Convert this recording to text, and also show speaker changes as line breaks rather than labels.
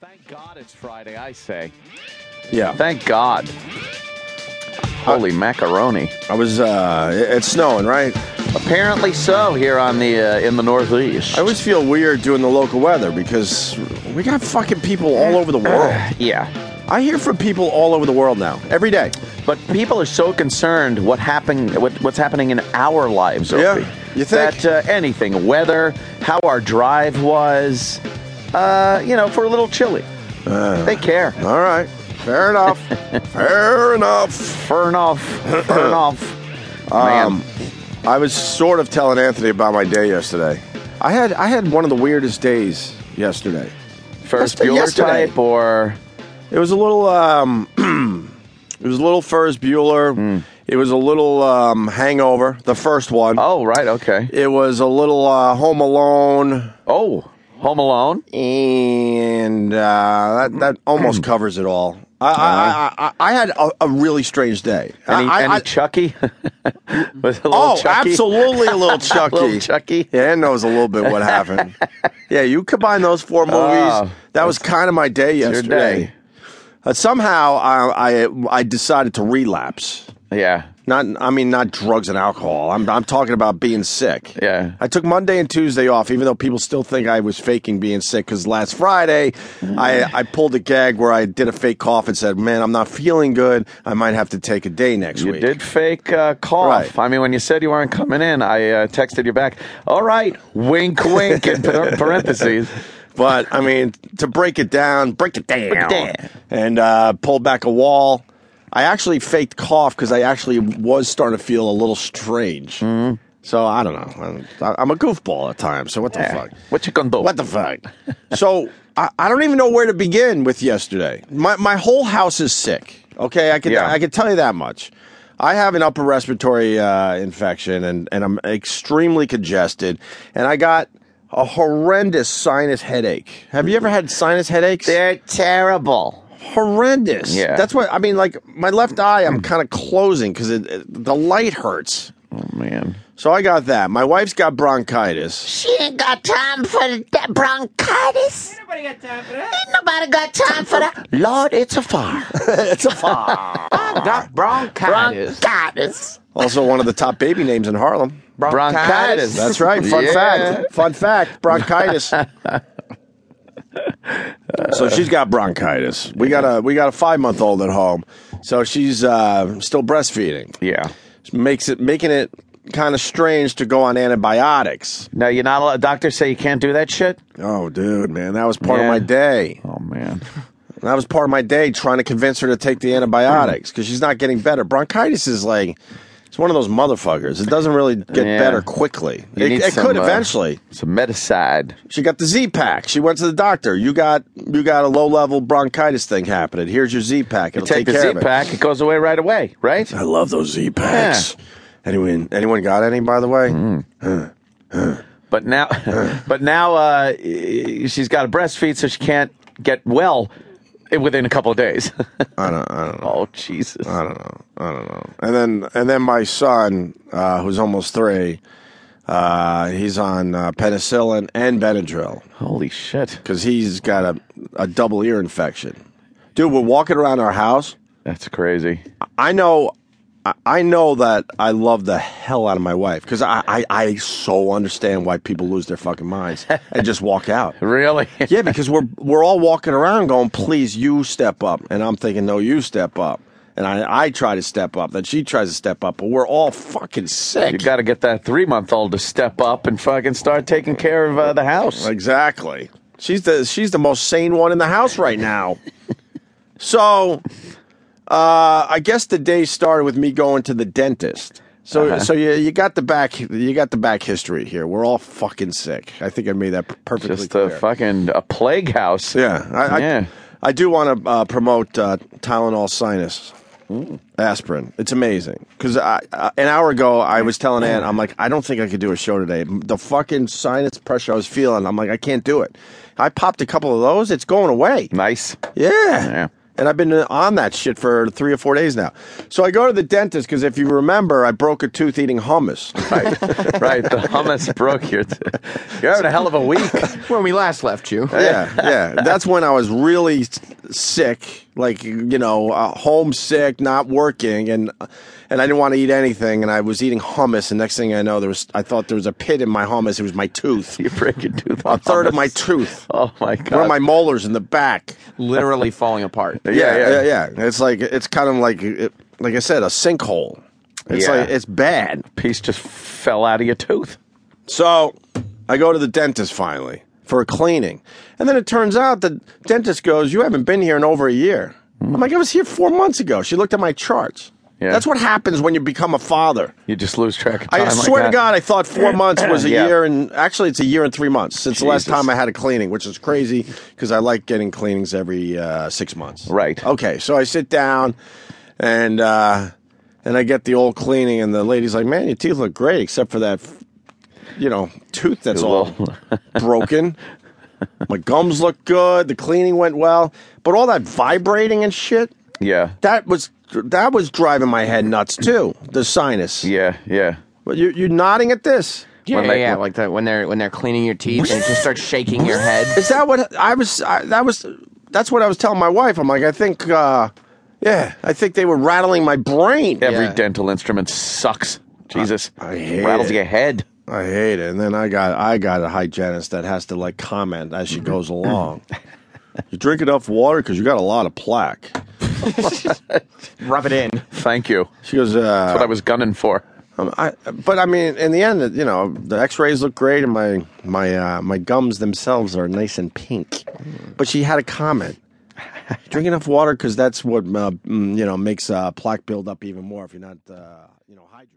Thank God it's Friday, I say.
Yeah,
Thank God. Holy macaroni.
I was. uh it- It's snowing, right?
Apparently so here on the uh, in the Northeast.
I always feel weird doing the local weather because we got fucking people all over the world.
yeah.
I hear from people all over the world now, every day.
But people are so concerned what happened what, what's happening in our lives, Opie.
Yeah, you think?
That uh, anything, weather, how our drive was, uh, you know, for a little chilly.
Uh.
they care.
All right, fair enough. fair enough.
Burn off. Burn off. Man.
Um, I was sort of telling Anthony about my day yesterday. I had I had one of the weirdest days yesterday.
First
That's the
Bueller
yesterday.
type or
It was a little. Um, it was a little Ferris Bueller. It was a little um, Hangover, the first one.
Oh, right, okay.
It was a little uh, Home Alone,
Oh, Home Alone.
and uh,
Mm-hmm.
that that almost
Mm.
covers it all. I, I, I, I, I had a, a really strange day.
Any,
I, I-
any
I-
Chucky? Was it a little
oh,
Chucky?
absolutely a little Chucky.
Little Chucky.
Yeah, Ann knows a little bit what happened. yeah, you combine those four movies.
Oh,
that was kind of my day
your
yesterday.
day.
Uh, somehow I, I I decided to relapse.
Yeah.
Not I mean not drugs and alcohol. I'm I'm talking about being sick.
Yeah.
I took Monday and Tuesday off, even though people still think I was faking being sick. Because last Friday, I I pulled a gag where I did a fake cough and said, "Man, I'm not feeling good. I might have to take a day next
You
week."
did fake uh, cough.
Right.
I mean, when you said you weren't coming in, I uh, texted you back. All right, wink, wink, in par- parentheses.
But I mean, to break it down, break it down,
it down.
and uh, pull back a wall. I actually faked cough because I actually was starting to feel a little strange.
Mm-hmm.
So I don't know. I'm, I'm a goofball at times. So what the
Yeah.
fuck?
What you gonna do?
What the fuck? so I, I don't even know where to begin with yesterday. My my whole house is sick. Okay, I can
Yeah.
I can tell you that much. I have an upper respiratory uh, infection and and I'm extremely congested and I got a horrendous sinus headache. Have you ever had sinus headaches?
They're terrible.
horrendous.
Yeah.
That's what I mean. Like my left eye, I'm kind of closing because it, it, the light hurts.
Oh man.
So I got that. My wife's got bronchitis.
She ain't got time for that bronchitis. Ain't nobody got time for that.
Lord, it's a fire.
it's a fog.
Not bronchitis.
Bronchitis.
Also, one of the top baby names in Harlem.
Bronchitis.
That's right. Fun
Yeah.
fact. Fun fact. Bronchitis. so she's got bronchitis. We got a we got a five month old at home, so she's uh, still breastfeeding.
Yeah.
Makes it making it kind of strange to go on antibiotics.
Now you're not allowed. Doctors say you can't do that shit.
Oh, dude, man, that was part
Yeah.
of my day.
Oh man.
That was part of my day trying to convince her to take the antibiotics because she's not getting better. Bronchitis is like it's one of those motherfuckers. It doesn't really get
Yeah.
better quickly.
You
It,
need
it
some,
could
uh,
eventually.
Some medicide.
She got the Z pack. She went to the doctor. You got you got a low level bronchitis thing happening. Here's your Z pack. It'll
Take
take,
the
care
Z
of it.
pack. It goes away right away. Right.
I love those Z packs. Anyone anyone got any by the way?
Mm. But now, but now uh, she's got to breastfeed, so she can't get well within a couple of days.
I don't I don't know.
oh Jesus!
I don't know. I don't know. And then and then my son, uh, who's almost three, uh, he's on uh, penicillin and Benadryl.
Holy shit!
because he's got a, a double ear infection. Dude, we're walking around our house.
That's crazy.
I know, I- I know that I love the hell out of my wife because I, I, I so understand why people lose their fucking minds and just walk out.
Really?
Yeah, because we're we're all walking around going, please, you step up, and I'm thinking, no, you step up, and I, I try to step up, then she tries to step up, but we're all fucking
You
sick.
got to get that three-month-old to step up and fucking start taking care of uh, the house.
Exactly. She's the she's the most sane one in the house right now. so, uh, I guess the day started with me going to the dentist. So
Uh-huh.
so you you got the back you got the back history here. We're all fucking sick. I think I made that p- perfectly
Just a
clear.
fucking a plague house.
yeah, I,
Yeah.
I, I do want to uh, promote uh, Tylenol Sinus. Aspirin. It's amazing because I, I, an hour ago I was telling Ann, I'm like, I don't think I could do a show today. The fucking sinus pressure I was feeling, I'm like, I can't do it. I popped a couple of those. It's going away.
Nice.
Yeah.
Mm. Yeah.
And I've been uh, on that shit for three or four days now. So I go to the dentist because if you remember, I broke a tooth eating hummus.
Right, right. The hummus broke your. T- You're having a hell of a week.
When we last left you.
yeah, yeah. That's when I was really s- sick, like you know, uh, homesick, not working, and and I didn't want to eat anything, and I was eating hummus. And next thing I know, there was I thought there was a pit in my hummus. It was my tooth,
You break your tooth.
a
on
third of
hummus.
my tooth,
Oh my
one of
god.
my molars in the back.
Literally falling apart.
Yeah, yeah.
yeah, yeah. It's like it's kind of like it, like I said, a sinkhole. It's
Yeah.
like it's bad.
piece just fell out of your tooth.
So I go to the dentist finally for a cleaning. And then it turns out the dentist goes, You haven't been here in over a year. I'm like, I was here four months ago. She looked at my charts.
Yeah.
That's what happens when you become a father.
You just lose track of time.
I
like
swear
that.
to God, I thought four months was a
Yeah.
year, and actually, it's a year and three months since the last
Jesus.
time I had a cleaning, which is crazy because I like getting cleanings every uh, six months.
Right.
Okay, so I sit down, and uh, and I get the old cleaning, and the lady's like, "Man, your teeth look great, except for that, you know, tooth that's all
Little-
broken." My gums look good. The cleaning went well, but all that vibrating and shit
Yeah.
that was that was driving my head nuts too. The sinus.
Yeah. Yeah.
Well, you, you're nodding at this.
Yeah,
When
yeah,
they-
yeah, like that when they're when they're cleaning your teeth and it just starts shaking your head.
Is that what I was? I, that was. That's what I was telling my wife. I'm like, I think. uh Yeah, I think they were rattling my brain.
Every
Yeah.
dental instrument sucks. Jesus.
I hate
Rattles
it.
your head.
I hate it. And then I got I got a hygienist that has to like comment as she goes along. you drink enough water because you got a lot of plaque.
Rub it in.
Thank you.
She goes.
That's what I
Uh,
was gunning for.
um, I, but I mean, in the end, you know, the X-rays look great, and my my uh, my gums themselves are nice and pink. But she had a comment. Drink enough water because that's what uh, mm, you know makes uh, plaque build up even more if you're not uh, you know hydrated.